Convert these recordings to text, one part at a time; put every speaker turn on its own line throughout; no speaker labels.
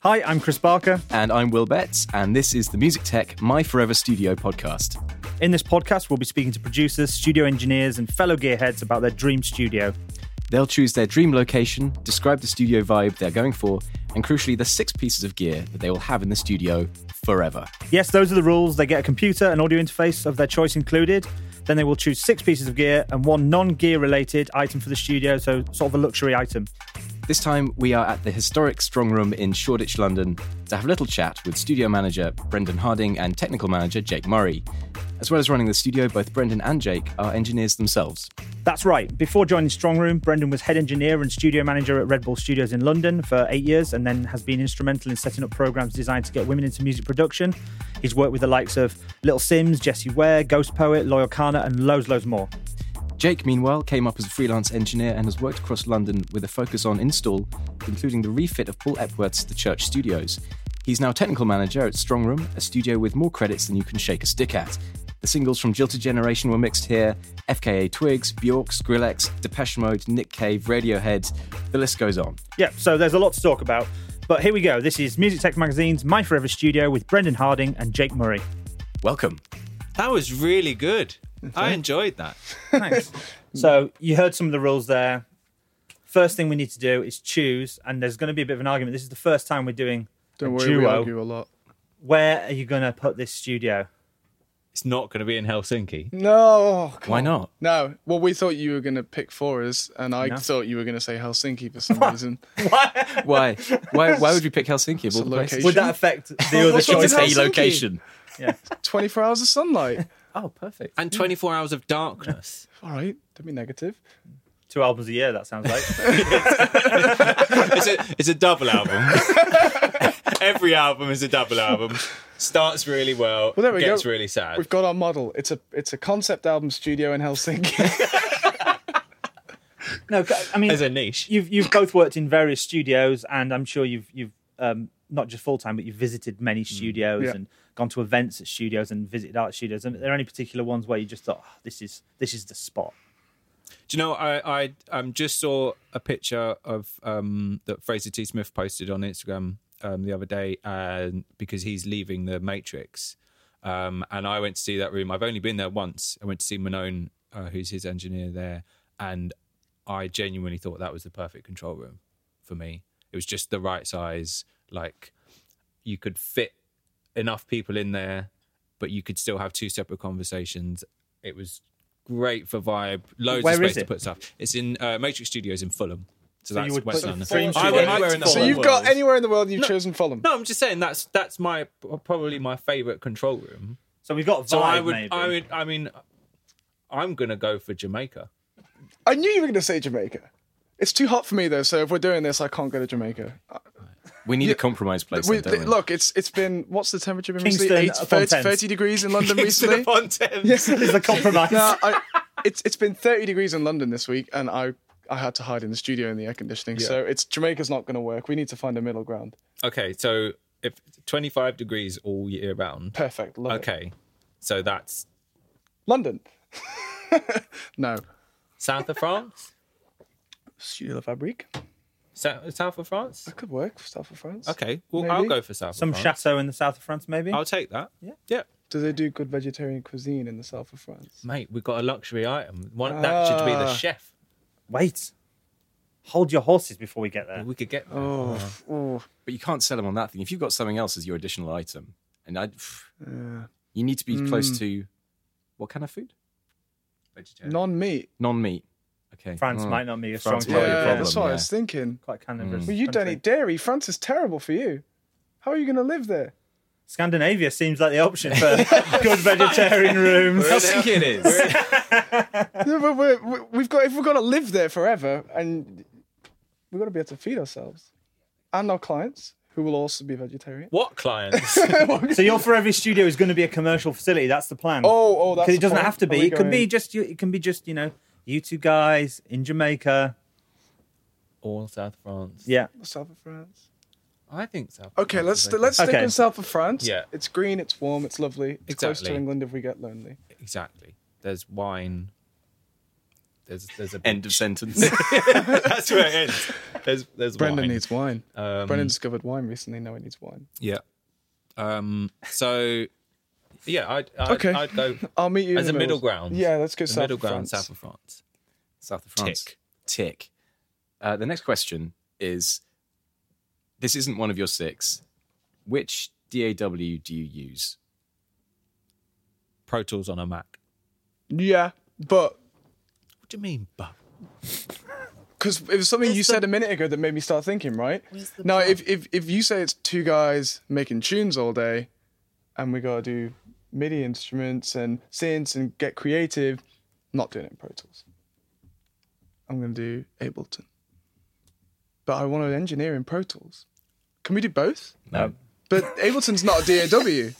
Hi, I'm Chris Barker.
And I'm Will Betts, and this is the Music Tech My Forever Studio podcast.
In this podcast, we'll be speaking to producers, studio engineers, and fellow gearheads about their dream studio.
They'll choose their dream location, describe the studio vibe they're going for, and crucially, the six pieces of gear that they will have in the studio forever.
Yes, those are the rules. They get a computer and audio interface of their choice included. Then they will choose six pieces of gear and one non gear related item for the studio, so sort of a luxury item.
This time, we are at the historic Strong Room in Shoreditch, London, to have a little chat with studio manager Brendan Harding and technical manager Jake Murray. As well as running the studio, both Brendan and Jake are engineers themselves.
That's right. Before joining Strong Room, Brendan was head engineer and studio manager at Red Bull Studios in London for eight years and then has been instrumental in setting up programs designed to get women into music production. He's worked with the likes of Little Sims, Jesse Ware, Ghost Poet, Loyal Kana, and loads, loads more.
Jake, meanwhile, came up as a freelance engineer and has worked across London with a focus on install, including the refit of Paul Epworth's The Church Studios. He's now technical manager at Strong Room, a studio with more credits than you can shake a stick at. The singles from Jilted Generation were mixed here FKA Twigs, Bjork, Skrillex, Depeche Mode, Nick Cave, Radiohead. The list goes on.
Yeah, so there's a lot to talk about. But here we go. This is Music Tech Magazine's My Forever Studio with Brendan Harding and Jake Murray.
Welcome.
That was really good. I enjoyed that.
Thanks. so you heard some of the rules there. First thing we need to do is choose, and there's going to be a bit of an argument. This is the first time we're doing
Don't
a
worry, we
duo.
argue a lot.
Where are you going to put this studio?
It's not going to be in Helsinki.
No, God.
Why not?
No. Well, we thought you were going to pick for us, and I thought you were going to say Helsinki for some reason.
Why? Why, why would we pick Helsinki of all
a
the places?
location.
Would that affect the other
What's wrong
It's
with
choices?
a
Helsinki?
location.
24 hours of sunlight.
Oh, perfect.
And 24 hours of darkness.
All right, don't be negative.
Two albums a year, that sounds like.
It's a, it's a double album. Every album is a double album. Starts really well,
Well, there we
gets
go.
really sad.
We've got our model. It's a it's a concept album studio in Helsinki.
no, I mean,
There's a niche.
you've you've both worked in various studios, and I'm sure you've you've um, not just full time, but you've visited many
Mm,
studios
Yeah.
and gone to events at studios and visited art studios. And are there any particular ones where you just thought, oh, this is this is the spot?
Do you know, I, I um, just saw a picture of um, that Fraser T. Smith posted on Instagram um, the other day uh, because he's leaving the Matrix. Um, and I went to see that room. I've only been there once. I went to see Manone, uh, who's his engineer there. And I genuinely thought that was the perfect control room for me. It was just the right size. Like, you could fit enough people in there, but you could still have two separate conversations. It was great for vibe, loads
Where
of space
is
to
it?
put stuff. It's in uh, Matrix Studios in Fulham. So,
you
that's
would
West
put
London.
Fulham
I would
Studios
anywhere in the
in
so
whole
you've
world.
got anywhere in the world you've chosen Fulham.
No, I'm just saying that's that's my probably my favorite control room.
So we've got vibe.
So I would,
maybe.
I would, I mean, I'm gonna go for Jamaica.
I knew you were going to say Jamaica. It's too hot for me though, so if we're doing this, I can't go to Jamaica.
We need a compromise place.
We,
then, don't we?
look, it's it's been what's the temperature been
Kingston
recently? Eight-
upon
30,
Thames.
30 degrees in London recently.
Upon Thames.
is the compromise.
No, I, it's it's been 30 degrees in London this week, and I I had to hide in the studio in the air conditioning. So it's Jamaica's not going to work. We need to find a middle ground.
Okay, so if 25 degrees all year round.
Perfect. Love it.
Okay, so that's
London. no.
south of France.
Studio La Fabrique.
Sou- South of France.
Could work for South of France.
Okay, well I'll
Maybe.
go for south.
Some
of France.
chateau in the south of France, maybe.
I'll take that. Yeah, yeah,
Do they do good vegetarian cuisine in the South of France?
mate. We've got a luxury item. One that should be the
Ah.
chef.
Wait, hold your horses before we get there.
We could get.
Oh, oh.
But you can't sell them on that thing. If you've got something else as your additional item, and I, pff, you need to be close to what kind of food?
vegetarian.
non meat.
Non-meat. Okay.
France
Oh.
might not be a strong
France
point.
might be a
Yeah,
problem, Mm.
that's what I
yeah.
was thinking.
Quite carnivorous.
Well, you don't
country.
eat dairy. France is terrible for you. How are you going to live there?
Scandinavia seems like the option for good vegetarian rooms.
Helsinki it is.
No, but we're, we- we've got if we've got to live there forever, and we've got to be able to feed ourselves and our clients, who will also be vegetarian.
What clients?
So your forever studio is going to be a commercial facility. That's the plan.
Oh, oh, that's
because it doesn't
fine.
have to
Are
be.
we
It could be
going-
just you. It can be just you know you two guys in Jamaica.
all South France.
Yeah,
South of France.
I think South.
Okay,
France
let's
is
let's stick
Okay.
with South of France.
Yeah.
it's green, it's warm, it's lovely. It's close to
Exactly.
England if we get lonely.
exactly. There's wine. there's there's a
End of sentence.
that's where it ends. There's there's
Brendan
wine.
needs wine.
Um,
Brendan discovered wine recently. Now he needs wine.
Yeah. Um. So yeah, I'd I'd,
Okay.
I'd go
I'll meet you
as a
in the
middle
middle.
ground.
Yeah, let's go
the
south
middle
of
ground,
France.
south of France.
South of France.
Tick.
Tick. Uh, the next question is this isn't one of your six. Which DAW do you use?
Pro Tools on a Mac.
Yeah, but
What do you mean, but?
because it was something you said a minute ago that made me start thinking. Right now, if, if if you say it's two guys making tunes all day, and we gotta do MIDI instruments and synths and get creative, I'm not doing it in Pro Tools. I'm gonna do Ableton. But I want to engineer in Pro Tools. Can we do both?
No.
But Ableton's not a DAW.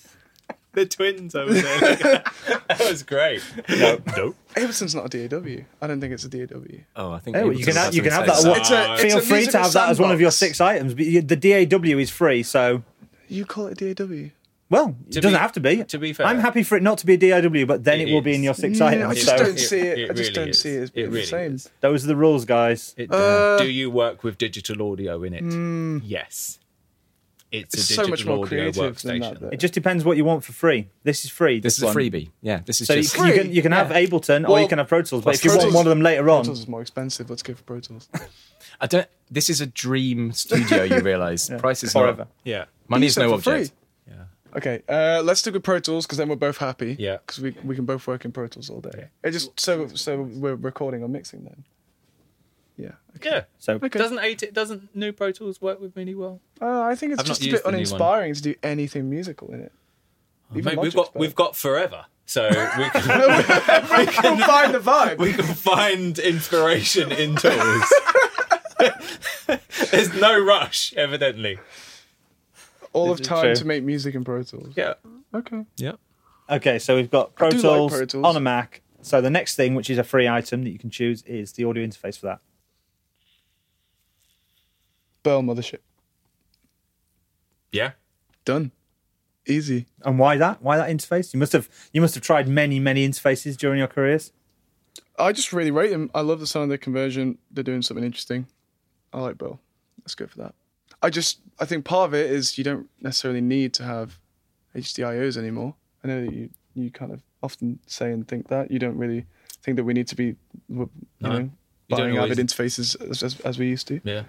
The twins over there. that was great. No, nope.
Ableton's not a DAW. I don't think it's a DAW.
Oh, I think
Oh, well,
Ableton
you can have, you
doesn't
can have that.
say so.
one.
It's a- it's
Uh, Feel
a
free to
musical
have that as one of your
sandbox.
six items. But you- the DAW is free, so
You call it a DAW?
well, it
To
doesn't
be-
have to be.
to be fair-
I'm happy for it not to be a DAW, but then
It
it, will be
is.
in your six
I
items.
just
So
don't see it.
It-
I just
it
don't
really
see it
is.
as being
It
the
really
same.
is.
those are the rules, guys.
It,
Uh,
do you work with digital audio in it? yes. It's,
Mm. It's
a
so
digital
much more
audio
creative than that,
workstation.
though.
It just depends what you want for free. This is free.
This is a
one.
freebie. Yeah, this is
So you,
just.
you can you can have Ableton or you
Well,
can have Pro Tools, but if you
Pro
want
Tools-
one of them later
Pro
on,
Tools is more expensive. Let's go for Pro Tools.
I don't. This is a dream studio. You realize price is
forever.
Not,
Yeah.
money is
Except
no
for free.
object.
Yeah.
Okay, uh, let's stick with Pro Tools because then we're both happy.
Yeah.
Because we, we can both work in Pro Tools all day. It just so so we're recording or mixing then. Yeah.
Yeah.
So
Okay.
Doesn't eight doesn't new Pro Tools work with Mini well?
Uh, I think it's
I've not
just a
used
bit
the new one. Oh,
uninspiring to do anything musical in it. Even
Mate, we've
Logic's
got
better.
we've got forever. So we can
We'll find the vibe.
we can find inspiration in tools. There's no rush, evidently.
all of
This is
time
true.
to make music in Pro Tools.
Yeah.
Okay.
Yeah.
okay, so we've got Pro
do like
Tools,
Pro Tools.
on a Mac. So the next thing, which is a free item that you can choose, is the audio interface for that.
Bell Mothership.
Yeah.
Done. Easy.
And why that? Why that interface? You must have you must have tried many many interfaces during your careers.
I just really rate them. I love the sound of their conversion. They're doing something interesting. I like Bell. Let's go for that. I just I think part of it is you don't necessarily need to have HDIOs anymore. I know that you you kind of often say and think that you don't really think that we need to be you know
don't
buying
always-
avid interfaces as, as as we used to.
Yeah.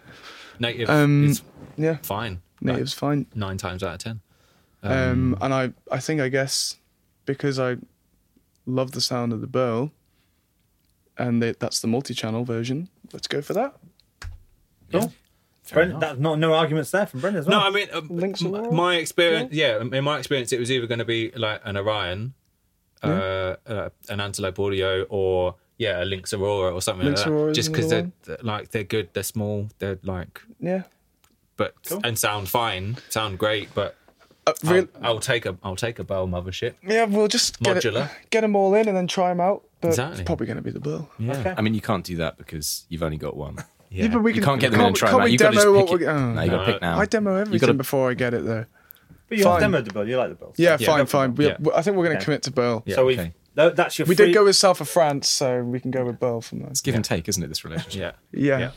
Native
Um,
is
Yeah,
fine. Like,
native's fine.
nine times out of ten.
Um, and I, I think I guess because I love the sound of the Burl, and they, that's the multi-channel version. Let's go for that.
Cool. Brendan, that's not no arguments there from
Oh,
Brendan as well.
No, I mean, um,
Links
m-
are all
my experience, yeah, in my experience, it was either going to be like an Orion, uh, uh, an Antelope Audio, or yeah, a Lynx Aurora or something
Lynx
like that.
Aurora is
Just because
another
they're, they're, like they're good, they're small, they're like,
Yeah.
but and sound fine, sound great, but
Uh, real-
I'll, I'll take a I'll take a Bell mothership.
yeah, we'll just get,
Modular.
It, get them all in and then try them out. But
Exactly.
it's probably going to be the Burl. Yeah.
Yeah,
I mean, you can't do that because you've only got one.
yeah.
but we
You
can,
can't get them in and
we-
try
can't
them out.
we
You got
demo
to
what
pick
we-
it.
oh,
no, you got to
No.
pick now.
I demo everything
gotta-
before I get it though.
but you
fine.
demoed the bill. You like the bill.
Yeah,
Yeah.
fine, fine. We,
Yeah.
we- I think we're going to
Okay.
commit to Burl.
Yeah.
So we
okay.
have that's your.
We
free,
did go with South of France, so we can go with Burl from there.
It's give and take, isn't it? This relationship.
yeah,
Yeah.
Yeah.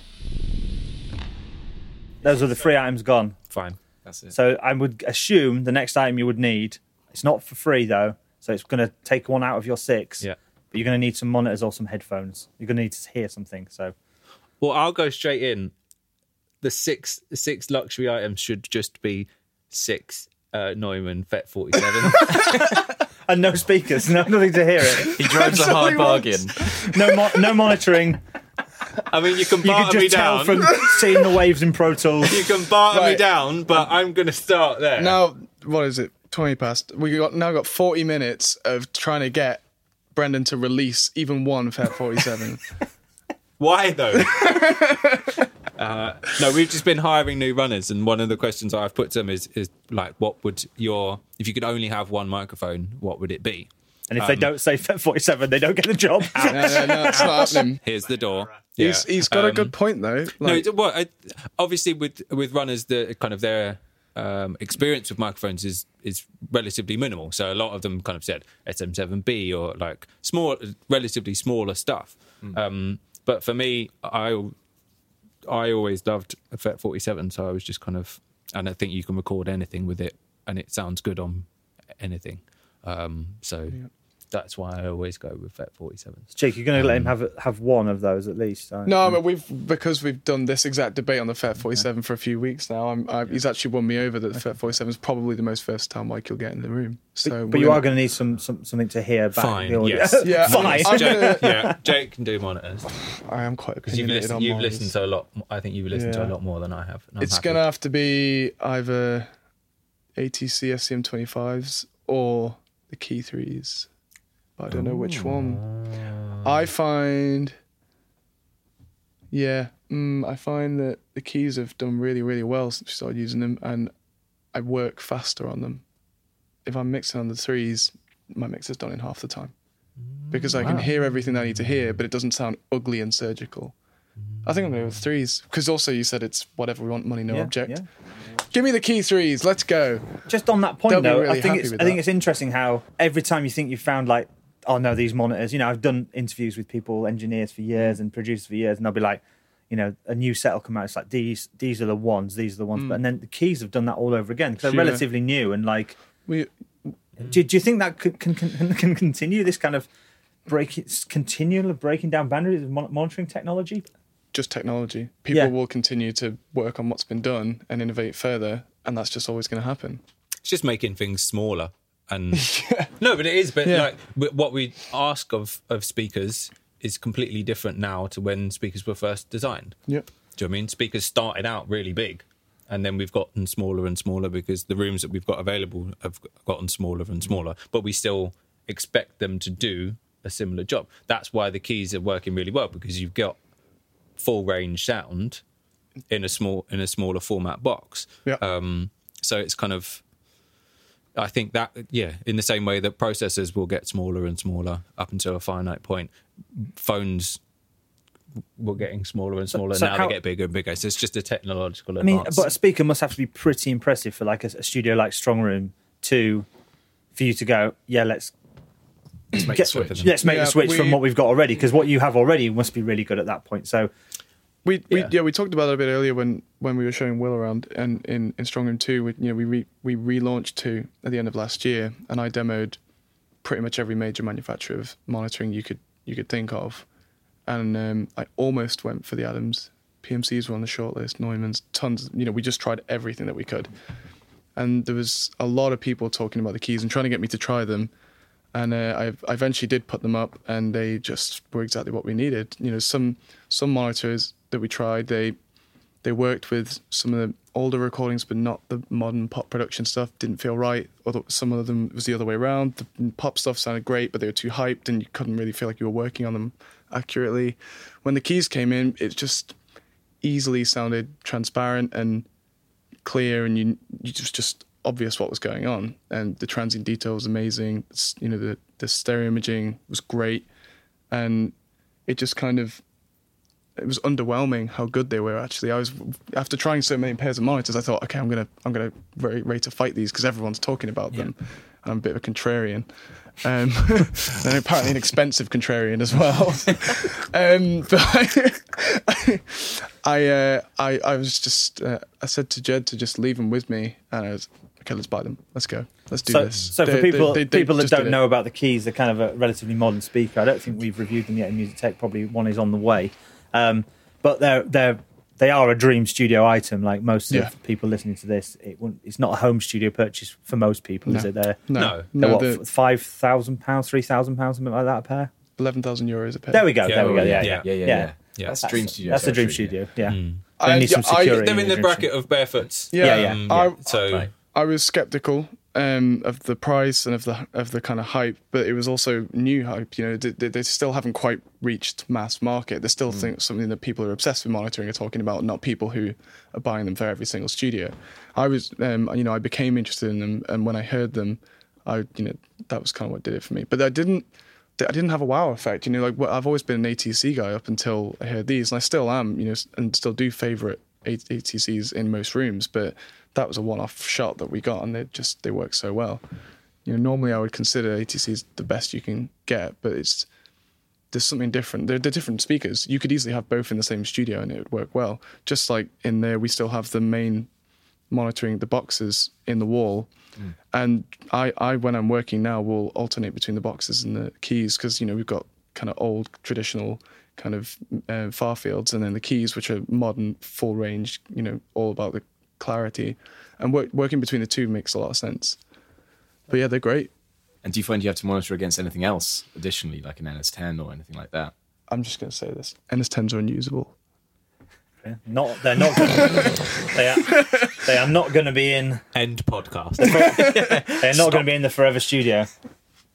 Those are the three items gone.
fine.
That's it.
So I would assume the next item you would need. It's not for free though, so it's going to take one out of your six.
Yeah.
But you're going to need some monitors or some headphones. You're going to need to hear something. So
Well, I'll go straight in. The six the six luxury items should just be six uh, Neumann FET forty seven.
and no speakers, no nothing to hear it,
He drives a hard bargain.
no mo- no monitoring.
I mean, you can
You
barter
can
me
just tell
down.
from seeing the waves in Pro Tools.
You can barter me
Right.
down, but I'm going to start there.
Now, what is it? Twenty past. We got now got forty minutes of trying to get Brendan to release even one Fat Forty Seven.
Why though? uh, no, we've just been hiring new runners, and one of the questions I've put to them is, is like, what would your if you could only have one microphone, what would it be?
And if they
Um,
don't say Fet 47, they don't get the job.
no, no, no, it's not happening.
Here's the door.
He's
Yeah.
he's got a
Um,
good point though.
No,
Like,
it's- well, I, obviously with with runners, the kind of their um, experience with microphones is is relatively minimal. So a lot of them kind of said SM7B or like small, relatively smaller stuff. Um, but for me, I I always loved Effect 47, so I was just kind of, and I think you can record anything with it, and it sounds good on anything. Um, so that's why I always go with E Effect 47.
Jake, you're going to let him have have one of those at least. aren't
No,
you?
but we've because we've done this exact debate on the Fat 47 for a few weeks now. I'm, I, He's actually won me over that the Fat 47 is probably the most versatile mic you'll get in the room. So,
but
we're
you are
gonna-
going to need some, some something to hear back.
Fine,
The audio.
yes.
Yeah, I'm-
Fine.
I'm
Jake,
gonna-
yeah, Jake can do monitors
I am quite
because you've
opinionated
listened.
on
You've
mine.
listened to a lot. I think you've listened to a
Yeah.
lot more than I have. and I'm
It's
happy.
gonna have to be either ATC SCM 25s or the Key Threes, but I don't know which one. I find, yeah, mm, I find that the keys have done really, really well since we started using them, and I work faster on them. If I'm mixing on the threes, my mix is done in half the time
Mm,
because I can hear everything I need to hear, but it doesn't sound ugly and surgical. I think I'm going with threes because also you said it's whatever we want, money no
Yeah,
object.
yeah.
Give me the key threes. Let's go.
Just on that point
They'll be
though, I
really
think
happy
it's I
with
think
that.
it's interesting how every time you think you've found like, oh no, these monitors. You know, I've done interviews with people, engineers for years and producers for years, and they'll be like, you know, a new set will come out. It's like these these are the ones, these are the ones. But and then the keys have done that all over again because they're
Mm. Sure.
relatively new and like.
We
Do, do you think that could, can, can can continue this kind of breaking continual breaking down boundaries of mon- monitoring technology?
just technology. People
Yeah.
will continue to work on what's been done and innovate further, and that's just always going to happen.
it's just making things smaller and no but it is but
Yeah.
like w- what we ask of of speakers is completely different now to when speakers were first designed
Yep.
do you know what i mean speakers started out really big and then we've gotten smaller and smaller because the rooms that we've got available have gotten smaller and smaller but we still expect them to do a similar job that's why the keys are working really well because you've got full range sound in a small in a smaller format box
Yeah.
um so it's kind of I think that yeah, in the same way that processors will get smaller and smaller up until a finite point, phones were getting smaller and smaller.
so
now
how-
they get bigger and bigger. So it's just a technological
I mean,
advance.
but a speaker must have to be pretty impressive for like a, a studio like Strong Room to for you to go, yeah, let's
Let's make
get,
the switch.
let's make
Yeah,
the switch from
we-
what we've got already because what you have already must be really good at that point. So
We, we
Yeah.
yeah. we talked about it a bit earlier when, when we were showing Will around and in, in Strong Room Two, we, you know, we re, we relaunched two at the end of last year, and I demoed pretty much every major manufacturer of monitoring you could you could think of, and um, I almost went for the Adams. PMCs were on the shortlist, Neumann's, tons. You know, we just tried everything that we could, and there was a lot of people talking about the keys and trying to get me to try them and uh, I, I eventually did put them up, and they just were exactly what we needed. You know, some some monitors that we tried, they they worked with some of the older recordings, but not the modern pop production stuff. Didn't feel right. Although some of them was the other way around. The pop stuff sounded great, but they were too hyped, and you couldn't really feel like you were working on them accurately. When the keys came in, it just easily sounded transparent and clear and you you just just obvious what was going on and the transient detail was amazing S- you know the the stereo imaging was great and it just kind of it was underwhelming how good they were actually i was after trying so many pairs of monitors i thought okay i'm gonna i'm gonna ready, ready to fight these because everyone's talking about them i'm a bit of a contrarian um, and apparently an expensive contrarian as well um, but I, uh, I, I was just, uh, I said to Jed to just leave them with me, and I was, okay, let's buy them, let's go, let's do
so,
this.
so for
They- they-
people
they- they
people that
just did
don't
it.
know about the keys, they're kind of a relatively modern speaker. I don't think we've reviewed them yet in Music Tech. Probably one is on the way, um, but they're they're they are a dream studio item. Like most
Yeah.
of people listening to this, it wouldn't, it's not a home studio purchase for most people, is
No.
it? They're
No.
no,
they're
no,
what
the
five thousand pounds, three thousand pounds, something like that a pair.
eleven thousand euros a pair.
There we go.
Yeah,
there we go. Yeah,
yeah,
yeah,
Oh, yeah,
Yeah.
yeah, yeah.
Yeah.
That's,
That's-
dream studio.
That's a dream
territory,
studio. Yeah,
I-
they need some
I-
security.
They're in the
and
bracket of barefoots.
Yeah,
Yeah,
Um,
yeah. I-
so
Right.
I was skeptical um, of the price and of the of the kind of hype, but it was also new hype. You know, they, they- they still haven't quite reached mass market. They're still think- something that people who are obsessed with monitoring are talking about, not people who are buying them for every single studio. I was, um, you know, I became interested in them, and when I heard them, I, you know, that was kind of what did it for me. But I didn't. that I didn't have a wow effect. You know, like well, I've always been an ATC guy up until I heard these, and I still am. You know, s- and still do favorite ATCs in most rooms, but that was a one-off shot that we got, and they just they work so well. You know, normally I would consider ATCs the best you can get, but it's there's something different. They're, they're different speakers. You could easily have both in the same studio and it would work well. Just like in there, we still have the main monitoring the boxes in the wall. And I, I, when I'm working now, will alternate between the boxes and the keys because, you know, we've got kind of old traditional kind of uh, far fields and then the keys, which are modern, full range, you know, all about the clarity. And work, working between the two makes a lot of sense. But yeah, they're great.
And do you find you have to monitor against anything else additionally, like an NS10 or anything like that?
I'm just going to say this NS10s are unusable.
Not they're not. Gonna, they are. They are not going to be in.
End podcast.
They're not going to be in the Forever Studio.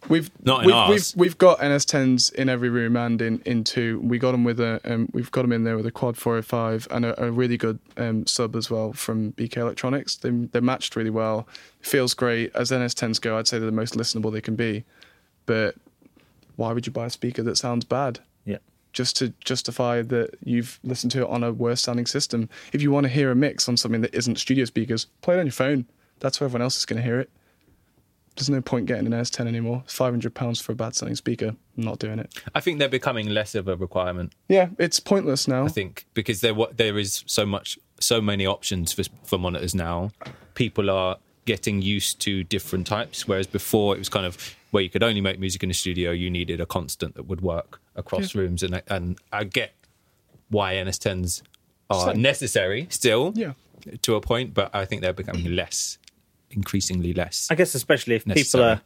We've
Not in
we've,
ours.
we've we've got NS10s in every room and in, in two. We got them with a um, we've got them in there with a quad 405 and a, a really good um, sub as well from BK Electronics. They they're matched really well. Feels great as NS10s go. I'd say they're the most listenable they can be. But why would you buy a speaker that sounds bad?
Yeah.
Just to justify that you've listened to it on a worse sounding system. If you want to hear a mix on something that isn't studio speakers, play it on your phone. That's where everyone else is going to hear it there's no point getting an S10 anymore. Five hundred pounds for a bad sounding speaker. I'm not doing it.
I think they're becoming less of a requirement.
Yeah, it's pointless now.
I think because there wa- there is so much so many options for for monitors now. People are getting used to different types, whereas before it was kind of where you could only make music in a studio. You needed a constant that would work across rooms, and I- and I get why NS10s are
Same.
necessary still,
Yeah.
to a point, but I think they're becoming less, increasingly less.
I guess especially if people
Necessary.
are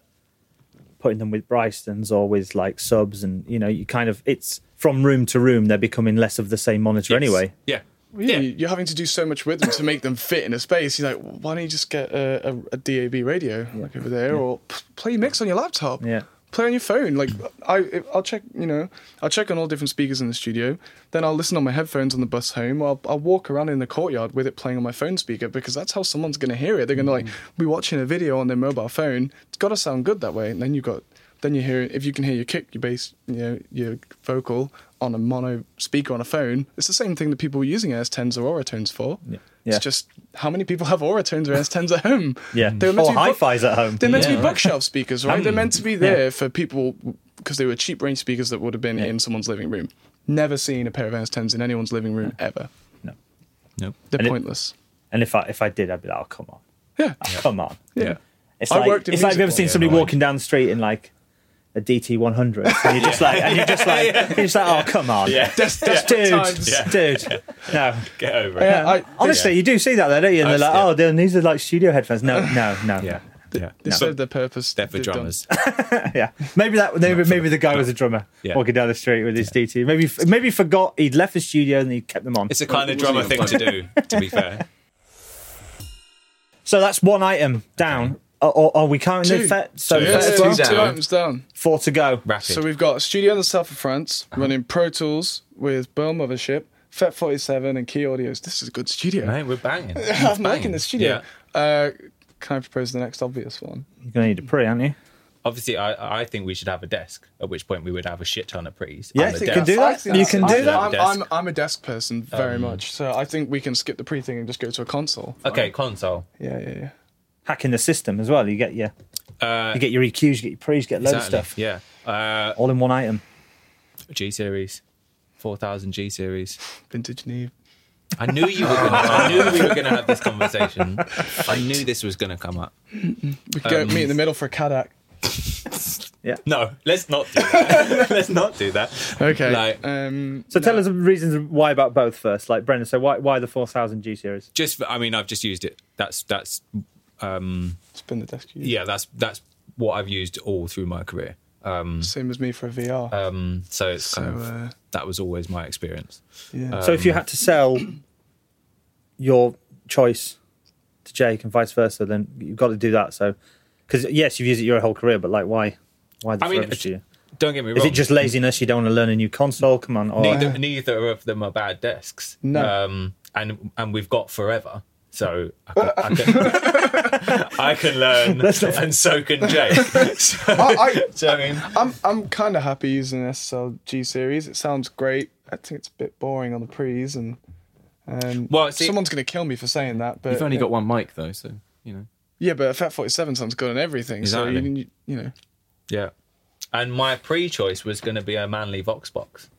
putting them with Brystons or with like subs, and you know, you kind of it's from room to room. They're becoming less of the same monitor anyway.
yeah.
Yeah, You're having to do so much with them to make them fit in a space. You're like, why don't you just get a, a, a DAB radio like over there, or p- play mix on your laptop?
Yeah.
Play on your phone. Like I, I'll check. You know, I'll check on all different speakers in the studio. Then I'll listen on my headphones on the bus home. I'll, I'll walk around in the courtyard with it playing on my phone speaker because that's how someone's going to hear it. They're going to like
Mm-hmm.
be watching a video on their mobile phone. It's got to sound good that way. And then you got, then you hear if you can hear your kick, your bass, you know, your vocal on a mono speaker on a phone. It's the same thing that people were using S10s or Oratones for.
Yeah.
It's just how many people have Oratones or S10s at home?
Yeah,
They were meant
or
to be
hi
book-
fi's at home.
They're meant to
Yeah.
be bookshelf speakers, right? They're meant to be there for people because they were cheap range speakers that would have been in someone's living room. Never seen a pair of S10s in anyone's living room ever.
No.
They're
And it-
pointless.
And if I if I did, I'd be like, oh come on,
Yeah.
Oh, come on.
Yeah.
It's
I
like
worked in
it's like have you ever
music
seen
one
somebody
day, right?
walking down the street in like a DT 100, and you're just like, and you're just like, you're just like, oh come on, yeah. dude,
times.
dude, no.
Get over it.
Yeah, I,
Honestly, you do see that, though, don't you? And they're
I've-
like,
yeah.
oh, they're- these are like studio headphones. No, no, no.
Yeah. Yeah.
they served their purpose.
They're for
They've done-
drummers.
Yeah, maybe that maybe maybe the guy was a drummer
Yeah.
walking down the street with his DT. Maybe he f- maybe he forgot he'd left the studio and he kept them on.
It's a kind of drummer thing to do, to be fair.
So that's one item down. Are, are, are we counting the
Two.
fet? So
Yeah,
Fet as
two,
well?
down.
items down.
four to go.
Rapid.
So we've got a studio in the south of France
Uh-huh.
running Pro Tools with Burl Mothership, FET 47, and Key Audios. This is a good studio.
Mate, we're banging.
I'm liking the studio.
Yeah.
Uh, can I propose the next obvious one?
You're gonna need a pre, aren't you?
obviously I, I think we should have a desk at which point we would have a shit ton of pretties
Yeah,
on
you
the
can
desk.
do that.
I think
You
that's
can
it.
do
I'm-
that.
I'm, I'm, I'm a desk person very
Um,
much, so I think we can skip the pre thing and just go to a console.
okay console
Yeah, yeah, yeah.
Hacking the system as well. You get your
uh
you get your EQs, you get your pre's, you get loads
exactly.
of stuff
yeah uh
all in one item.
g series 4000 g series
Vintage Neve.
i knew you were gonna i knew we were gonna have this conversation i knew this was gonna come up
We could go
Um,
meet in the middle for a Kadak.
no let's not do that let's not do that
Okay.
like-
um,
So tell us the reasons why about both first, like Brendan. So why why the four thousand G series?
just for- i mean i've just used it that's that's um
spin the desk. you-
yeah that's that's what i've used all through my career um
Same as me for a VR.
um uh, so it's
so,
kind of
uh,
that was always my experience
yeah.
So
Um,
if you had to sell your choice to Jake and vice versa, then you've got to do that. So because yes, you've used it your whole career, but like why why the
I mean,
forever
it's-
studio?
don't get me wrong
Is it just laziness? You don't want to learn a new console? Come on, or
neither neither of them are bad desks.
Oh, No.
um, and and we've got forever, so I can, I can, I can learn, and so can Jake. So,
I,
so, I mean,
I, am I'm kind of happy using the SSL G series. It sounds great. I think it's a bit boring on the pre's and. Um,
Well, see-
someone's going to kill me for saying that, but
You've only got one mic though, so you know.
yeah, but a Fat Forty Seven sounds good on everything, so
Exactly.
you, you know
yeah, and my pre-choice was going to be a Manly Vox box.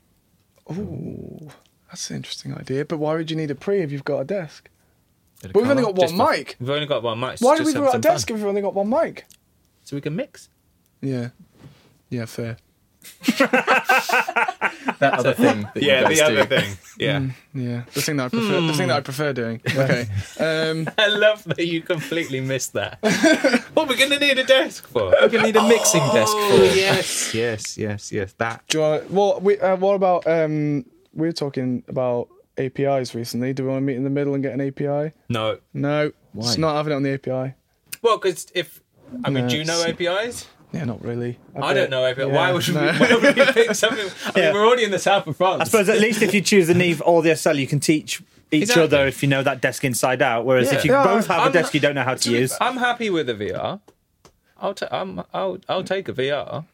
That's an interesting idea. But why would you need a pre if you've got a desk? But we've only got
Just
one
for-
mic.
We've only got one mic. so
Why do
just
we
have
got a
some fun.
desk if we've only got one mic?
So we can mix.
Yeah. Yeah, fair.
That other thing. That
Yeah,
you guys
the other
do.
thing. Yeah.
Hmm. Yeah. The thing that I prefer the thing that I prefer doing. Hmm. Okay. Um
I love that you completely missed that. what we're going to need a desk for? Oh,
We're gonna need a mixing desk
Oh,
for.
yes, yes, yes, yes. That.
do you want well we uh, what about um we were talking about APIs recently. Do we want to meet in the middle and get an API?
No.
No. It's not having it on the API.
Well, because if I mean, do you know
it's-
APIs?
Yeah, not really.
I don't know APIs. Why would we?
no.
Why would we pick something? I
Yeah.
mean, we're already in the south of France.
I suppose at least if you choose the Neve or the SL, you can teach each
Exactly.
other if you know that desk inside out. Whereas if you
Yeah.
both have
I'm-
a desk you don't know how to use,
I'm happy with a VR. I'll ta- I'm, I'll I'll take a VR.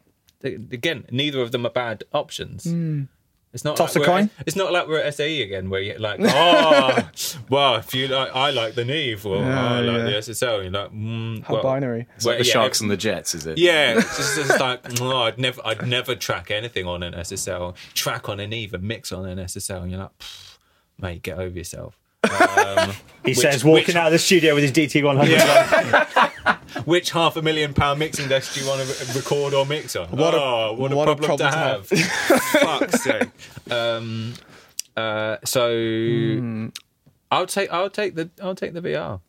Th- Again, neither of them are bad options. It's not
Hmm. Toss
like
a
we're-
coin?
It's not like we're at SAE again, where you're like, oh, well, if you like, I like the Neve,
Oh,
or "Ah, I like
yeah.
the SSL. You're like, mm,
How
well,
binary.
It's like
Well,
the
yeah,
sharks
if-
and the jets, is it?
Yeah, it's just, it's like no, I'd never, I'd never track anything on an SSL. Track on an Eva, mix on an SSL, and you're like, "Pff, mate, get over yourself. Um,
he
which-
says, walking
which-
out of the studio with his DT100.
which half a million pound mixing desk do you want to re- record or mix on?
What a-
oh, what a
what a
problem,
problem
to
to
have.
have.
Fuck's sake. Um, uh, so
Hmm.
I'll take I'll take the I'll take the VR.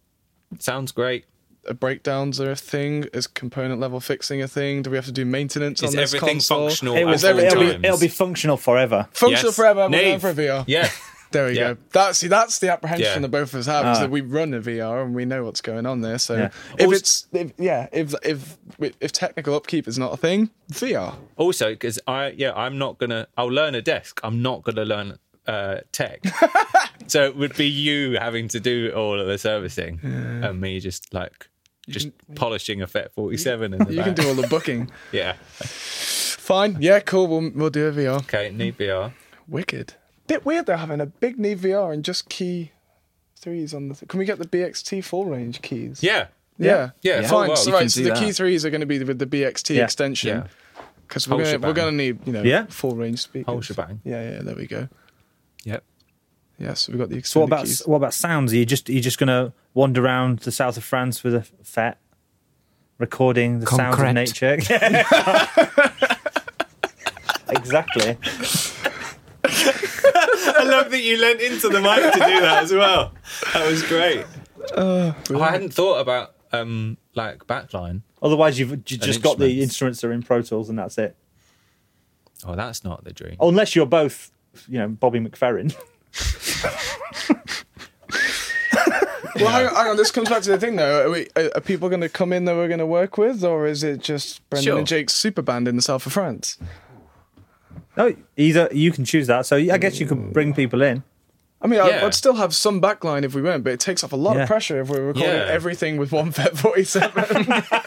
Sounds great.
Uh, breakdowns are a thing. Is component level fixing a thing? Do we have to do maintenance
Is
on this
everything
console?
functional
It
at all
was, it'll, be,
times?
it'll be functional forever.
Functional
Yes.
forever. We're going
Nave.
for a VR.
yeah.
There we
Yeah.
go. That's see, that's the apprehension
Yeah.
that both of us have is that we run a VR and we know what's going on there. So
Yeah.
if it's if, yeah, if if if technical upkeep is not a thing, VR.
also because i yeah i'm not gonna i'll learn a desk i'm not gonna learn uh tech so it would be you having to do all of the servicing and me just like just polishing a fet 47 in the
You
back.
can do all the booking.
yeah
Fine. Yeah, cool. We'll we'll do a VR.
okay need vr
Wicked. Bit weird though having a big knee VR and just key threes on the. Th- Can we get the BXT full range keys?
yeah
Yeah.
Yeah, full
Fine.
world.
So,
You
can
right. So
do
the
that.
key threes are going to be with the BXT
Yeah.
extension
Yeah.
because we're
Whole
going we're
shebang.
going to need you know
Yeah.
full range speakers.
Whole shebang.
Yeah. Yeah. There we go.
yep
Yeah. So we have got the
So what
extended
about
keys.
what about sounds? Are you just are you just gonna wander around the south of France with a fet, recording the
Concrete.
sounds of nature? exactly.
I love that you leant into the mic to do that as well. That was great.
Oh,
Oh, i hadn't thought about um like backline
Otherwise, you've j- just got the instruments
instruments.
that are in Pro Tools, and that's it.
oh that's not the dream
Unless you're both, you know, Bobby McFerrin.
Well, hang on, hang on. This comes back to the thing, though. Are, we, are, are people going to come in that we're going to work with, or is it just Brendan
Sure.
and Jake's super band in the south of France?
No, either you can choose that. So I guess you could bring people in.
I mean, I-
Yeah.
I'd still have some backline if we weren't, but it takes off a lot
Yeah.
of pressure if we're recording
Yeah.
everything with one Fed 47. I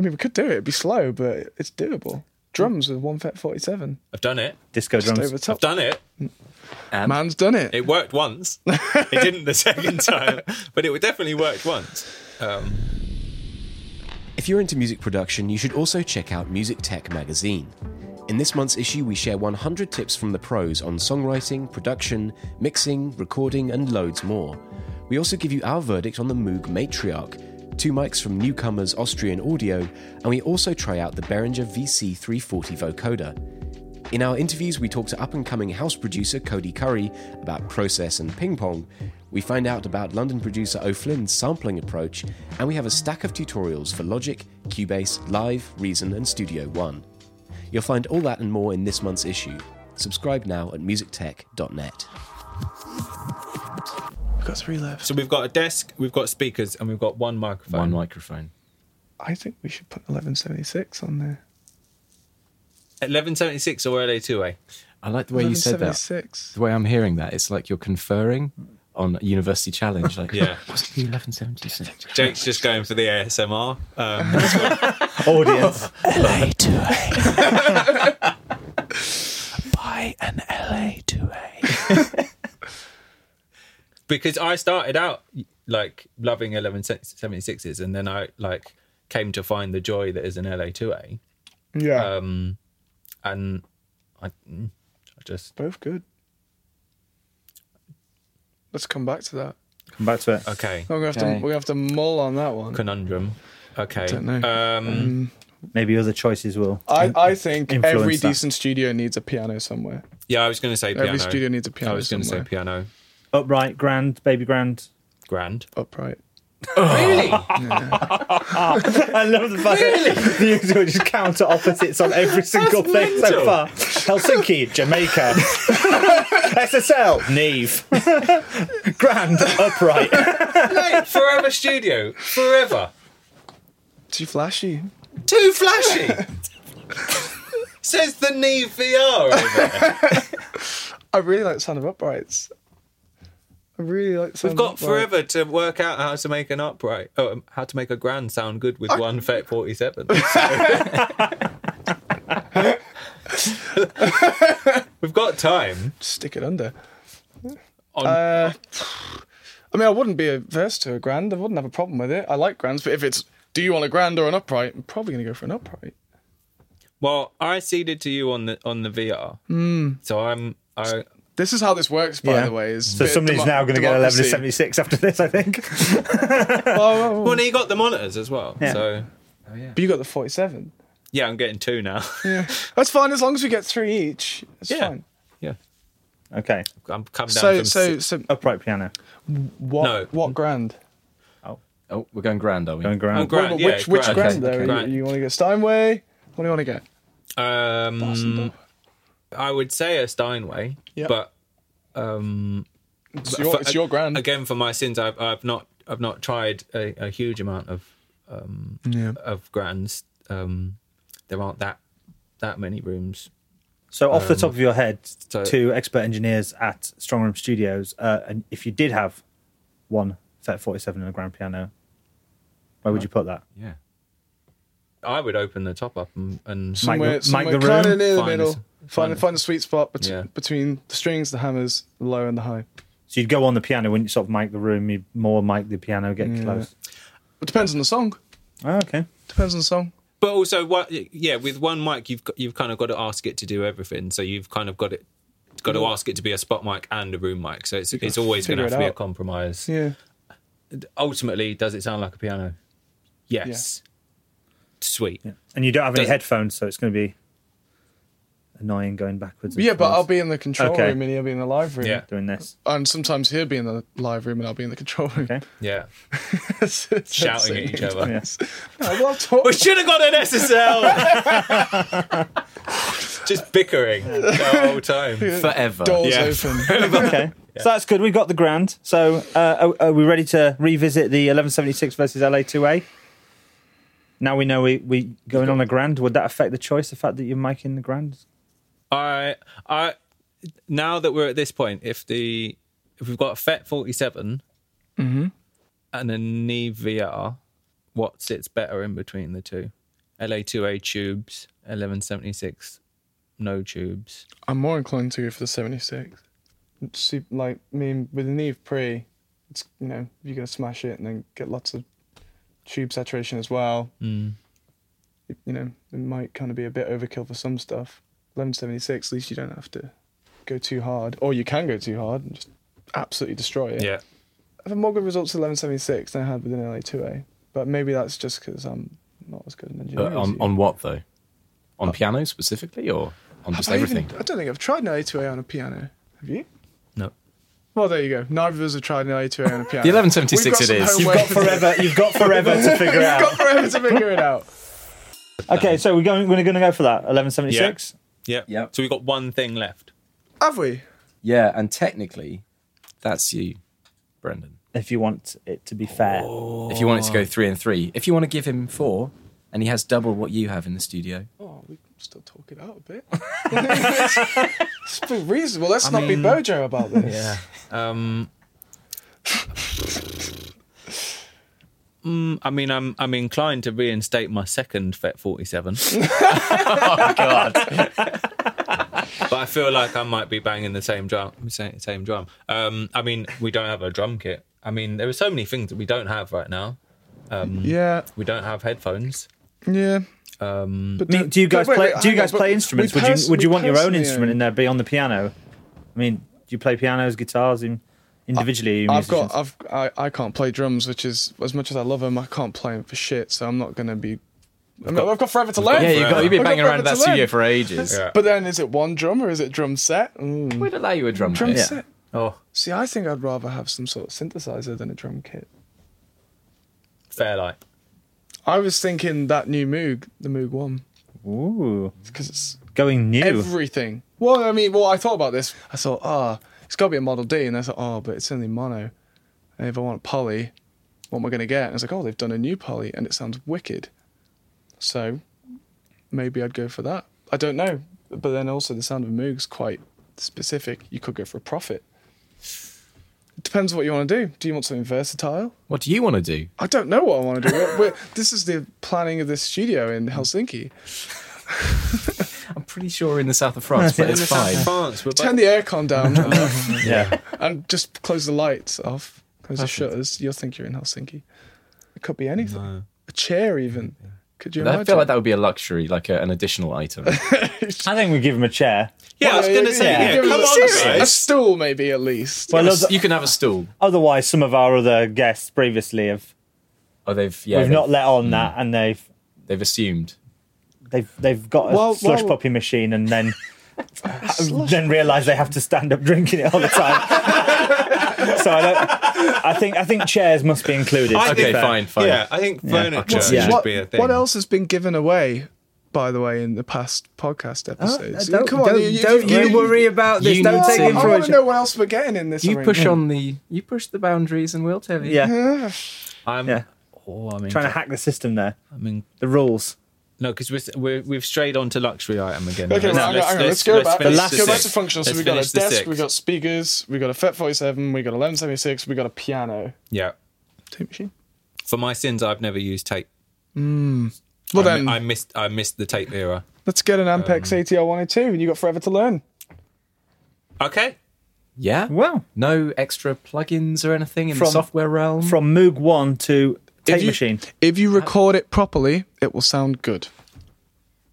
mean, we could do it. It'd be slow, but it's doable. Drums with one Fed 47.
i've done it
Disco drums.
Over the
i've
top.
done it
Man's done it.
it worked once it didn't the second time but it definitely worked once um
If you're into music production, you should also check out Music Tech magazine. In this month's issue, we share 100 tips from the pros on songwriting, production, mixing, recording, and loads more. We also give you our verdict on the Moog Matriarch, two mics from newcomers Austrian Audio, and we also try out the Behringer VC340 vocoder. In our interviews, we talk to up and coming house producer Cody Curry about process and ping pong. We find out about London producer O'Flynn's sampling approach, and we have a stack of tutorials for Logic, Cubase, Live, Reason, and Studio One. You'll find all that and more in this month's issue. Subscribe now at musictech.net.
We've got three left.
So we've got a desk, we've got speakers, and we've got one microphone.
microphone.
I think we should put 1176 on there.
Eleven seventy six or LA two A.
I like the
1176.
way I'm hearing that, it's like you're conferring on a university challenge. Like,
Yeah.
what's the 1176?
Jake's just going for the ASMR. Um,
Audience.
LA2A. Buy an LA2A.
because I started out like loving eleven seventy sixes, and then I like came to find the joy that is an LA2A.
Yeah.
Um, and I, mm, I just
Both good. Let's come back to that.
Come back to it.
okay
We're gonna have
Okay.
to we have to mull on that one.
conundrum. Okay,
Don't know.
Um,
Maybe other choices will.
I, I think
Influence
every
that.
decent studio needs a piano somewhere.
yeah, I was going to say piano.
Every studio needs a piano
I was going to say
somewhere.
piano.
Upright, grand, baby grand.
Grand.
Upright.
Really?
I love the fact that you two are just counter opposites on every single thing so
mental.
far. Helsinki, Jamaica. SSL, Neve. grand, upright.
Mate, forever studio. Forever.
Too flashy.
Too flashy. Says the Neve VR over there.
I really like the sound of uprights. I really like. The sound
We've
of
got
upright.
forever to work out how to make an upright, oh, um, how to make a grand sound good with one FET 47. We've got time.
Stick it under.
On,
Uh, I mean, I wouldn't be averse to a grand. I wouldn't have a problem with it. I like grands, but if it's do you want a grand or an upright, I'm probably gonna go for an upright.
well, I ceded to you on the on the VR,
Hmm.
so I'm I,
This is how this works, by the way. Is
so somebody's now going to get 11 to 76 after this, I think.
well. And you got the monitors as well,
Yeah.
so
Oh, But you got the forty-seven.
yeah, I'm getting two now.
Yeah, that's fine as long as we get three each. It's
Yeah.
fine.
yeah,
Okay,
I'm come down
So,
from
so,
six-
so,
upright piano.
what?
No.
What grand?
Oh, we're going grand, are we?
Going
Oh,
grand.
grand,
Well,
yeah,
which which grand,
Okay,
though?
okay.
You-
Grand.
You, want to get Steinway? What do you want to get?
um,
Dog.
I would say a Steinway,
Yep.
but um,
It's your,
for-
it's your grand.
again for my sins. I've, I've not I've not tried a, a huge amount of um,
Yeah.
of grands. Um, there aren't that that many rooms.
So, off the top of your head,
so-
two expert engineers at Strongroom Studios, uh, and if you did have one FET 47 and a grand piano, where would you put that?
Yeah, I would open the top up and, and
Mike
somewhere,
the- Mike the
kind
room.
of near the
Find
middle.
us-
Find,
find
the
us.
find the sweet spot bet-
Yeah.
between the strings, the hammers, the low and the high.
So, you'd go on the piano, wouldn't you? Sort of mic the room, you more mic the piano, get
Yeah.
close.
It depends on the song.
Oh, okay.
Depends on the song.
but also what yeah with one mic you've got, you've kind of got to ask it to do everything. So you've kind of got it got to ask it to be a spot mic and a room mic. So it's it's always going
figure
to have
it
to be a
out.
compromise.
Yeah.
Ultimately, does it sound like a piano? Yes. Sweet.
And you don't have any
Does-
headphones, so it's going to be annoying going backwards. and
Yeah, but I'll
forwards
be in the control
Okay.
room and he'll be in the live room.
Yeah.
doing this.
And sometimes he'll be in the live room and I'll be in the control room.
Okay.
Yeah.
It's- it's
Shouting at each
insane.
other.
Yes.
No, well, I've talked-
We should have got an SSL. Just bickering the whole time.
Forever.
Doors
Yeah.
open.
okay. So that's good. We've got the grand. So uh, are, are we ready to revisit the 1176 versus LA2A? Now we know we we going on a grand. Would that affect the choice? The fact that you're making the grand.
I, I, now that we're at this point, if the if we've got a FET forty and a Neve VR, what sits better in between the two? LA two A tubes, eleven seventy six, no tubes.
I'm more inclined to go for the 76. See, like, I mean, with an Eve Pre, it's, you know, you're going to smash it and then get lots of tube saturation as well.
Mm.
It- you know, it might kind of be a bit overkill for some stuff. 1176, at least you don't have to go too hard. Or you can go too hard and just absolutely destroy it.
Yeah,
I've had more good results at 1176 than I had with an LA2A. But maybe that's just because I'm not as good an engineer.
But
as
on,
you.
on what, though? On piano specifically, or on just
Have I even-
everything?
I don't think I've tried an LA2A on a piano. Have you?
no.
Well, there you go. Neither of us have tried an LA2A on a piano.
The 1176
We've
it is.
some
You've
homework
Got
to do.
forever. You've got forever to figure it
We've
out.
got forever to figure it out.
Okay, so we're going. We're going to go for that 1176.
Yeah.
Yep.
So we've got one thing left.
Have we?
Yeah, and technically, that's you, Brendan.
If you want it to be fair.
If you want it to go three and three, if you want to give him four, and he has double what you have in the studio,
Oh, we can still talk it out a bit. Let's be reasonable. Let's not be Bojo about this.
Um, mm, I mean, I'm I'm inclined to reinstate my second FET 47. oh God! but I feel like I might be banging the same drum. Same, same drum. Um, I mean, we don't have a drum kit. I mean, there are so many things that we don't have right now. Um,
Yeah,
We don't have headphones.
yeah.
Um,
But
I mean,
don't-
do you guys
wait,
play?
wait,
do you
hang on,
guys
but
play
we
instruments? Would
pers-
you Would you
we
want your own
personally
instrument
own-
in there beyond the piano? I mean, do you play pianos, guitars, in, individually? you
I've
musicians?
got, I've, I, I can't play drums, which is as much as I love them, I can't play them for shit. So I'm not gonna be. I mean, I've got forever to learn.
Yeah, you've, got, you've been
I've got
banging around
forever
at that
to learn.
studio for ages.
Yeah.
But then, is it one drum or is it drum set? Mm.
We'd allow you a drum,
Drum
kit.
set.
oh,
See, I think I'd rather have some sort of synthesizer than a drum kit.
Fairlight.
I was thinking that new Moog, the Moog One,
Ooh,
because it's
going new.
everything. Well, I mean, well, I thought about this. I thought, ah, it's got to be a Model D, and I thought, oh, but it's only mono. And if I want a poly, what am I going to get? And I was like, oh, they've done a new poly, and it sounds wicked. So maybe I'd go for that. I don't know, but then also the sound of a Moog's quite specific. You could go for a profit. It depends what you want to do. Do you want something versatile?
What do you want to do?
I don't know what I want to do. We're, we're, this is the planning of this studio in Helsinki.
I'm pretty sure we're in the south of France, but it's fine.
France. We're
Turn the aircon down
yeah.
and just close the lights off, close the shutters. You'll think you're in Helsinki. It could be anything. A chair, even. Could you imagine?
I feel like that would be a luxury, like a, an additional item.
I think we give him a chair.
yeah, I was going to say.
yeah.
Yeah,
Yeah,
come
but
on,
Seriously, a
guys.
stool, maybe at least.
Well, oth-
you can have a stool.
otherwise, some of our other guests previously have
Oh, they've yeah,
we've
they've,
not let on that,
Mm.
and they've
they've assumed.
they've they've got a
Well,
slush
well-
puppy machine, and then. then realise they have to stand up drinking it all the time. so I don't. I think I think chairs must be included.
I
to be
Okay,
think-
fair.
fine, fine.
Yeah, I think furniture
What's-
should
yeah.
what,
be a thing.
what else has been given away, by the way, in the past podcast episodes?
Don't,
Come on,
don't,
you- you-
don't
you-
you worry about this.
you
Don't
need
take
to-
him
I
for a
want
joke.
to know what else we're getting in this.
You
arrangement.
push on the you push the boundaries, and we'll tell you.
Yeah.
I'm,
Yeah.
oh, I mean,
Trying to hack the system there.
I mean,
The rules.
No, because we're, we're we've strayed onto luxury item again.
Okay,
Let's-
right,
let's-
let's, hang on,
let's-
let's, go
let's
back.
finish
Let's
the
go back to
six.
functional. So
Let's
we got
finish
a
the
desk,
six.
we got speakers, we got a FET 47, we got 1176, we got a piano.
yeah.
Tape machine.
For my sins, I've never used tape.
Well
I, mi-
then,
I missed I missed the tape era.
let's get an Ampex ATR 102, and you got forever to learn.
Okay,
yeah.
Wow.
no extra plugins or anything in the
From-
software realm.
From Moog 1 to Tape
you-
Machine.
If you record it properly, it will sound good.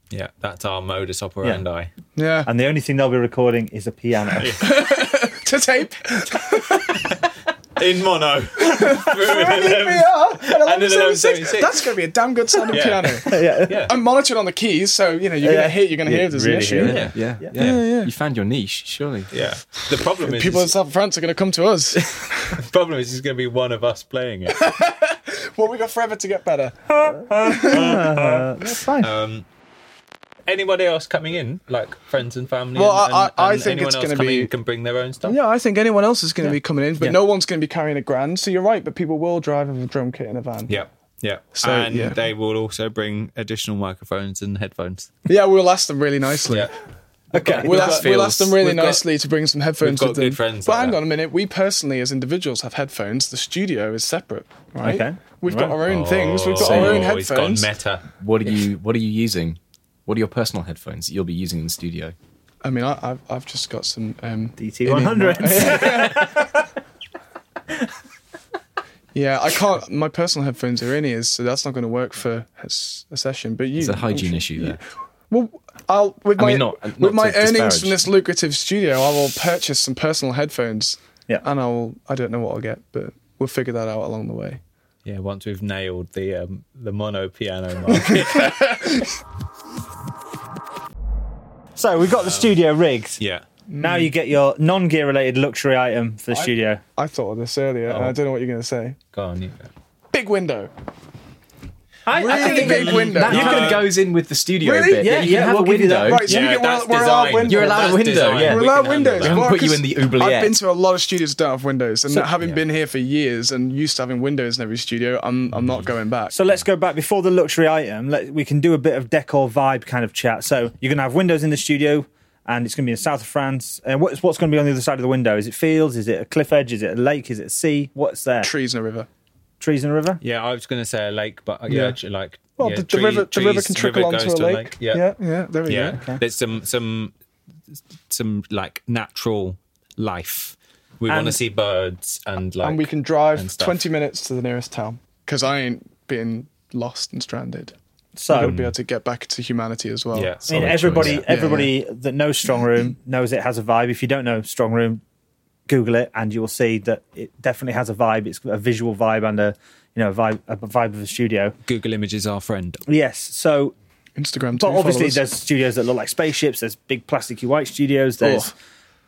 yeah, that's our modus operandi.
Yeah.
And the only thing they'll be recording is a piano.
to tape.
in mono.
ATR E and 1176.
1176.
That's going to be a damn good sounding
Yeah.
piano. I'm monitored on the keys, so you know you're
Yeah.
going to hear. You're going to
You
hear if there's an
really
issue.
hear
Yeah, yeah, yeah,
yeah.
You found your niche, surely.
Yeah, the problem is,
People in South France are going to come to us.
the problem is, it's going to be one of us playing it.
well, we got forever to get better.
That's fine.
Anybody else coming in, like friends and family?
Well,
and,
I-
and-
I- I
and
think
anyone
it's
else
gonna
coming
be-
in can bring their own stuff.
Yeah, I think anyone else is going to be coming in, but
Yeah.
no one's going to be carrying a grand. So you're right, but people will drive with a drum kit in a van.
yeah, yeah.
So,
and
yeah.
they will also bring additional microphones and headphones.
Yeah, we'll ask them really nicely.
Yeah,
okay.
We'll,
That
ask, we'll
feels-
ask them really
we've got-
nicely to bring some headphones
got
with them.
good friends
but
like
hang
that.
on a minute, we personally as individuals have headphones. The studio is separate, right?
Okay.
We've got
Right.
our own things. We've got our own
Oh, it's gone
headphones.
meta.
What are you? What are you using? What are your personal headphones that you'll be using in the studio?
I mean, I, I've I've just got some um,
DT100.
Yeah, I can't. My personal headphones are in ears, so that's not going to work for a, s- a session. But you,
It's a hygiene issue there.
Well, I'll with my
mean, not- not
with my
to
earnings
disparage.
from this lucrative studio, I will purchase some personal headphones.
Yeah.
and I'll I don't know what I'll get, but we'll figure that out along the way.
Yeah, once we've nailed the um, the mono piano market.
so we've got the studio rigs.
yeah.
Now you get your non gear related luxury item for the studio.
I thought of this earlier, and I don't know what you're going to say.
Go on, you go.
Big window,
I,
really big window.
That kind
no.
of goes in with the studio
Really?
bit.
Yeah,
you
yeah,
can have
we'll
a
give you that.
window.
right? So
Yeah,
you get
that's
one, we're allowed
design.
windows.
You're allowed a
That's
window,
design.
yeah.
We're
We
allowed
can handle
windows.
They
that.
haven't
Well,
put you
'cause
in the Uber
I've
yet.
been to a lot of studios that don't have windows, and having been here for years and used to having windows in every studio, I'm I'm
Mm-hmm.
not going back.
So let's go back before the luxury item. Let, we can do a bit of decor vibe kind of chat. So you're going to have windows in the studio, and it's going to be in the south of France. And what's what's going to be on the other side of the window? Is it fields? Is it a cliff edge? Is it a lake? Is it a sea? What's there?
trees in a river.
Trees and a river.
Yeah, I was going to say a lake, but uh, yeah,
Yeah.
like
Well,
yeah,
the, the
tree-
river, the river
trees,
can trickle
river
onto
goes
a
to
lake.
Yeah,
yeah, yeah, There we
yeah.
go.
There's some some some like natural life. We want to
And-
see birds and like
And we can
and
drive
stuff.
twenty minutes to the nearest town because I ain't being lost and stranded.
So
Got to be able to get back to humanity as well.
Yeah.
I mean,
solid
everybody,
choice.
everybody that knows Strong Room knows it has a vibe. If you don't know Strong Room, Google it, and you will see that it definitely has a vibe. It's a visual vibe and a you know a vibe, a vibe of a studio.
Google Images, our friend.
Yes. So,
Instagram.
but
too,
obviously,
followers.
there's studios that look like spaceships. There's big plasticky white studios. There's
Oh.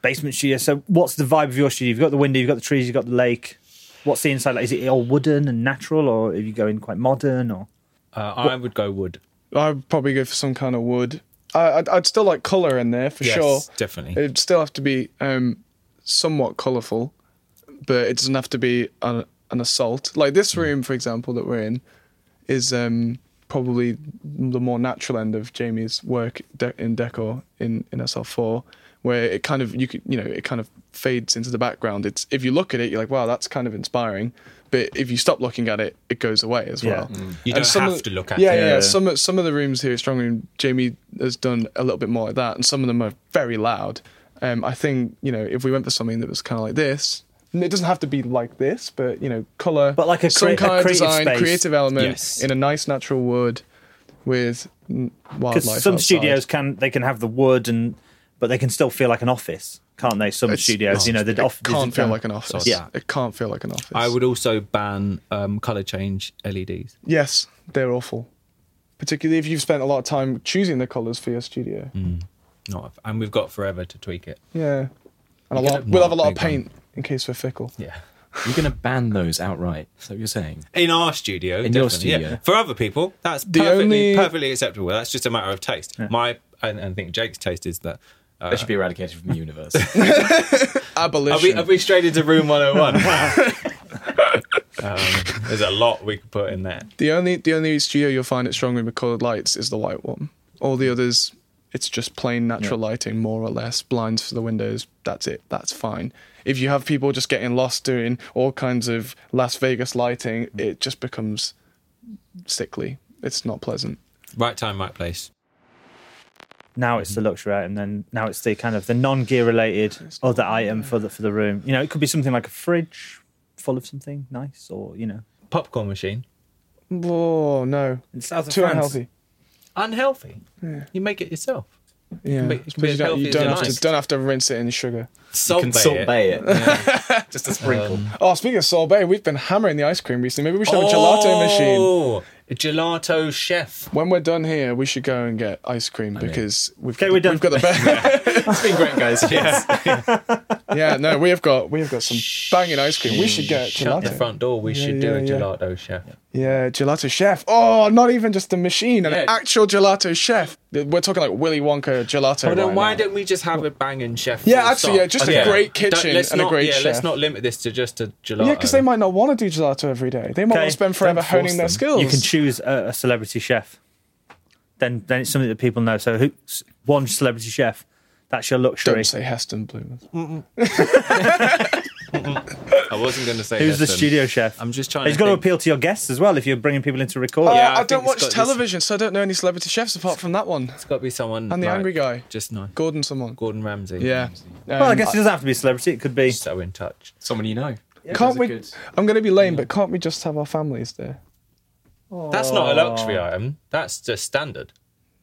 basement studios. So, what's the vibe of your studio? You've got the window. You've got the trees. You've got the lake. What's the inside like? Is it all wooden and natural, or are you going quite modern? Or
Uh, I would go wood.
I'd probably go for some kind of wood. I, I'd, I'd still like color in there for
Yes,
sure.
definitely.
It'd still have to be um, somewhat colorful, but it doesn't have to be an, an assault. Like this room, for example, that we're in, is um, probably the more natural end of Jamie's work de- in decor in in SL4, where it kind of you could you know it kind of fades into the background. It's if you look at it, you're like, wow, that's kind of inspiring. But if you stop looking at it, it goes away as
Yeah.
well.
You
And
don't
some
have
of-
to look at
yeah,
it.
Yeah, yeah. Some of- some of the rooms here at Strong Room, Jamie has done a little bit more like that, and some of them are very loud. Um, I think you know if we went for something that was kind of like this, and it doesn't have to be like this, but you know, color,
But like a
some
crea- a
kind of
creative
design,
space.
creative element
Yes.
in a nice natural wood with mm, wildlife.
because some
outside.
studios can they can have the wood and but they can still feel like an office, can't they? Some
It's-
studios, you know,
it
the office
can't feel like an office.
Yeah.
it can't feel like an office.
I would also ban um, color change LEDs.
Yes, they're awful. Particularly if you've spent a lot of time choosing the colors for your studio.
Not, and we've got forever to tweak it.
Yeah, and a
could
lot.
have
We'll have a
marked
lot of
big one.
paint in case we're fickle.
Yeah.
You're going to ban those outright. So you're saying
In our studio,
In your
definitely, yeah.
studio.
For other people, that's
The
perfectly
only-
perfectly acceptable. That's just a matter of taste. My and, and I think Jake's taste is that. Uh,
they should be eradicated from the universe.
Abolition.
Are we, are we straight into room 101? Wow.
um, there's a lot we could put in there.
The only the only studio you'll find at Strong Room with coloured lights is the white one. All the others, it's just plain natural lighting, more or less. Blinds for the windows. That's it. That's fine. If you have people just getting lost doing all kinds of Las Vegas lighting, it just becomes sickly. It's not pleasant.
Right time, right place.
now it's the luxury item then now it's the kind of the non-gear related other item for the for the room you know it could be something like a fridge full of something nice or you know
Popcorn machine.
Oh no,
in south of
too
France.
unhealthy.
Unhealthy.
Hmm.
You make it yourself.
Yeah,
But it's
'Cause you don't,
healthy
you
as
don't
you
have
like.
to don't have to rinse it in sugar.
Salt bay it.
Sorbet it. Just a sprinkle.
Oh, speaking of sorbet, we've been hammering the ice cream recently. Maybe we should have a gelato machine.
Oh, a gelato chef.
When we're done here, we should go and get ice cream because we've,
Okay, we're done.
we've got the best.
it's been great, guys. Yes.
yeah, no, we have got we have got some banging ice cream. We should get
Shut the
gelato.
front door. We should do
yeah,
a
yeah.
gelato chef.
Yeah, gelato chef. Oh, not even just a machine, an
Yeah.
actual gelato chef. We're talking like Willy Wonka gelato.
But then
right
why
now.
don't we just have a banging chef?
Yeah,
full
actually,
stop?
yeah, just a great kitchen
let's
and a
not-
great
yeah, let's
chef.
not limit this to just a gelato.
Yeah, because they might not want to do gelato every day. They might
Okay,
want to spend forever
don't force
honing their
them.
skills.
you can choose a, a celebrity chef then then it's something that people know so who s- one celebrity chef that's your luxury
don't say Heston Bloomers.
I wasn't going to say.
who's the
Heston.
studio chef
I'm just trying.
he's
to
got to
think.
appeal to your guests as well if you're bringing people in to record
Uh,
Yeah, I
I,
think
don't
it's
watch
got this-
television, so I don't know any celebrity chefs apart from that one.
It's got to be someone.
And the
like,
angry guy,
Just nice.
Gordon, someone.
Gordon Ramsay.
Yeah.
well i
Um,
guess it doesn't have to be a celebrity it could be
So in touch.
Someone you know.
Can't
Those are
we?
good.
I'm going to be lame, but can't we just have our families there?
That's not a luxury item. That's just standard.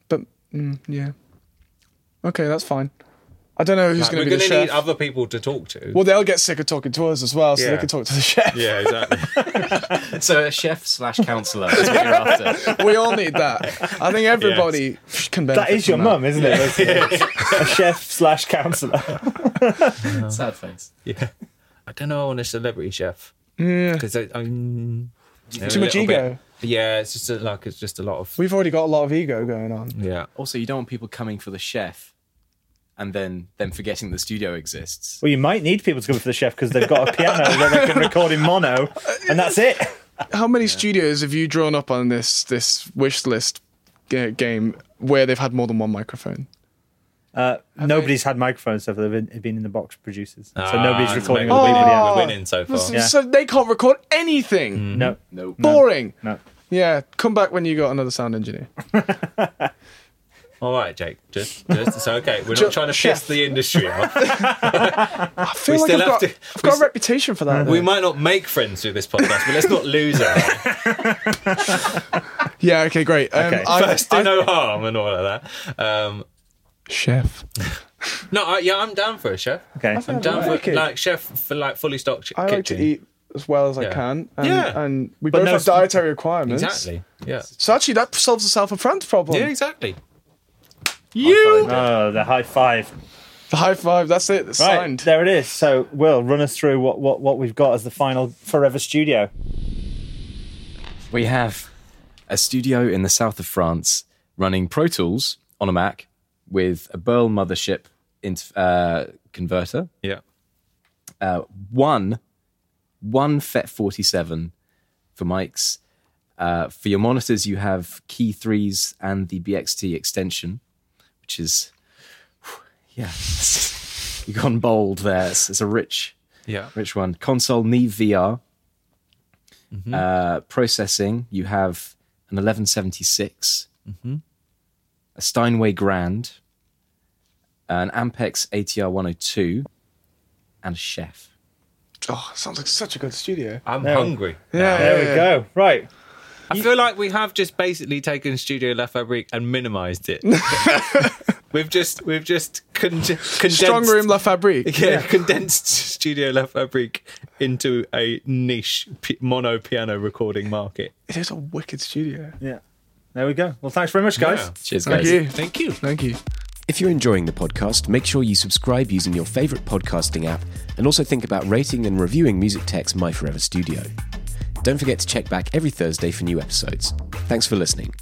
But mm, yeah, okay, that's fine. I don't know who's
Like,
going
we're
to be the
gonna
chef.
need other people to talk to.
well, they'll get sick of talking to us as well, so
Yeah.
they can talk to the chef.
Yeah, exactly.
So a chef slash counselor. That's what you're after.
we all need that. I think everybody can benefit.
that is your
from
mum isn't it a chef slash counselor
Sad face.
yeah. I don't know. I want a celebrity chef
Yeah.
because I'm
Too much ego.
Yeah, it's just a, like it's just a lot of
We've already got a lot of ego going on.
yeah.
Also, you don't want people coming for the chef and then them forgetting the studio exists.
Well, you might need people to go for the chef because they've got a piano that they can record in mono, and that's it.
How many studios have you drawn up on this this wish list g- game where they've had more than one microphone?
Uh, nobody's had microphones, so they've been, been in the box producers. So nobody's
Ah,
recording
we're
on the
winning,
video.
Oh.
we're winning so far.
So,
Yeah.
so they can't record anything.
No,
Mm.
Nope.
Boring.
no.
Yeah, come back when you got another sound engineer.
All right, Jake. Just, just it's okay. We're not
Just-
trying to
chef.
piss the industry off.
I feel
We
like
still
I've got,
have to-
I've
we
got a
s-
reputation for that.
We
though.
might not make friends through this podcast, but let's not lose our
yeah. Okay. Great. Um,
Okay.
I,
first do
I-
no harm and all of that. Um,
chef.
no, I, yeah, I'm down for a chef.
Okay.
I'm down
I
for
like it.
like chef for like fully stocked ch-
I
kitchen.
like to eat as well as I
Yeah.
can. And,
Yeah.
And we
But
both
no
have
s-
dietary requirements.
Exactly. Yeah.
So actually, that solves the South of France problem.
Yeah, exactly. You.
Oh, the high five.
The high five. That's it. It's
Right,
signed.
there it is. So, Will, run us through what, what, what we've got as the final Forever Studio.
We have a studio in the south of France running Pro Tools on a Mac with a Burl mothership int- uh, converter,
Yeah.
uh, one, one FET 47 for mics. Uh, for your monitors, you have Key 3s and the BXT extension, which is, yeah, you've gone bold there. It's, it's a rich,
Yeah.
Rich one. Console Neve VR. Uh, processing, you have an 1176, a Steinway Grand, Uh, an Ampex ATR 102, and a Chef.
Oh, sounds like such a good studio.
I'm
There we-
hungry.
Yeah.
There
yeah,
we
yeah.
go. Right.
I feel like we have just basically taken Studio La Fabrique and minimized it. we've just we've just con- condensed
Strong room, La Fabrique.
yeah, condensed Studio La Fabrique into a niche p- mono piano recording market.
It is a wicked studio.
Yeah. There we go. Well, thanks very much, guys.
Yeah.
Cheers,
Thank
guys.
you.
Thank you.
Thank you.
If you're enjoying the podcast, make sure you subscribe using your favorite podcasting app and also think about rating and reviewing Music Tech's My Forever Studio. Don't forget to check back every Thursday for new episodes. Thanks for listening.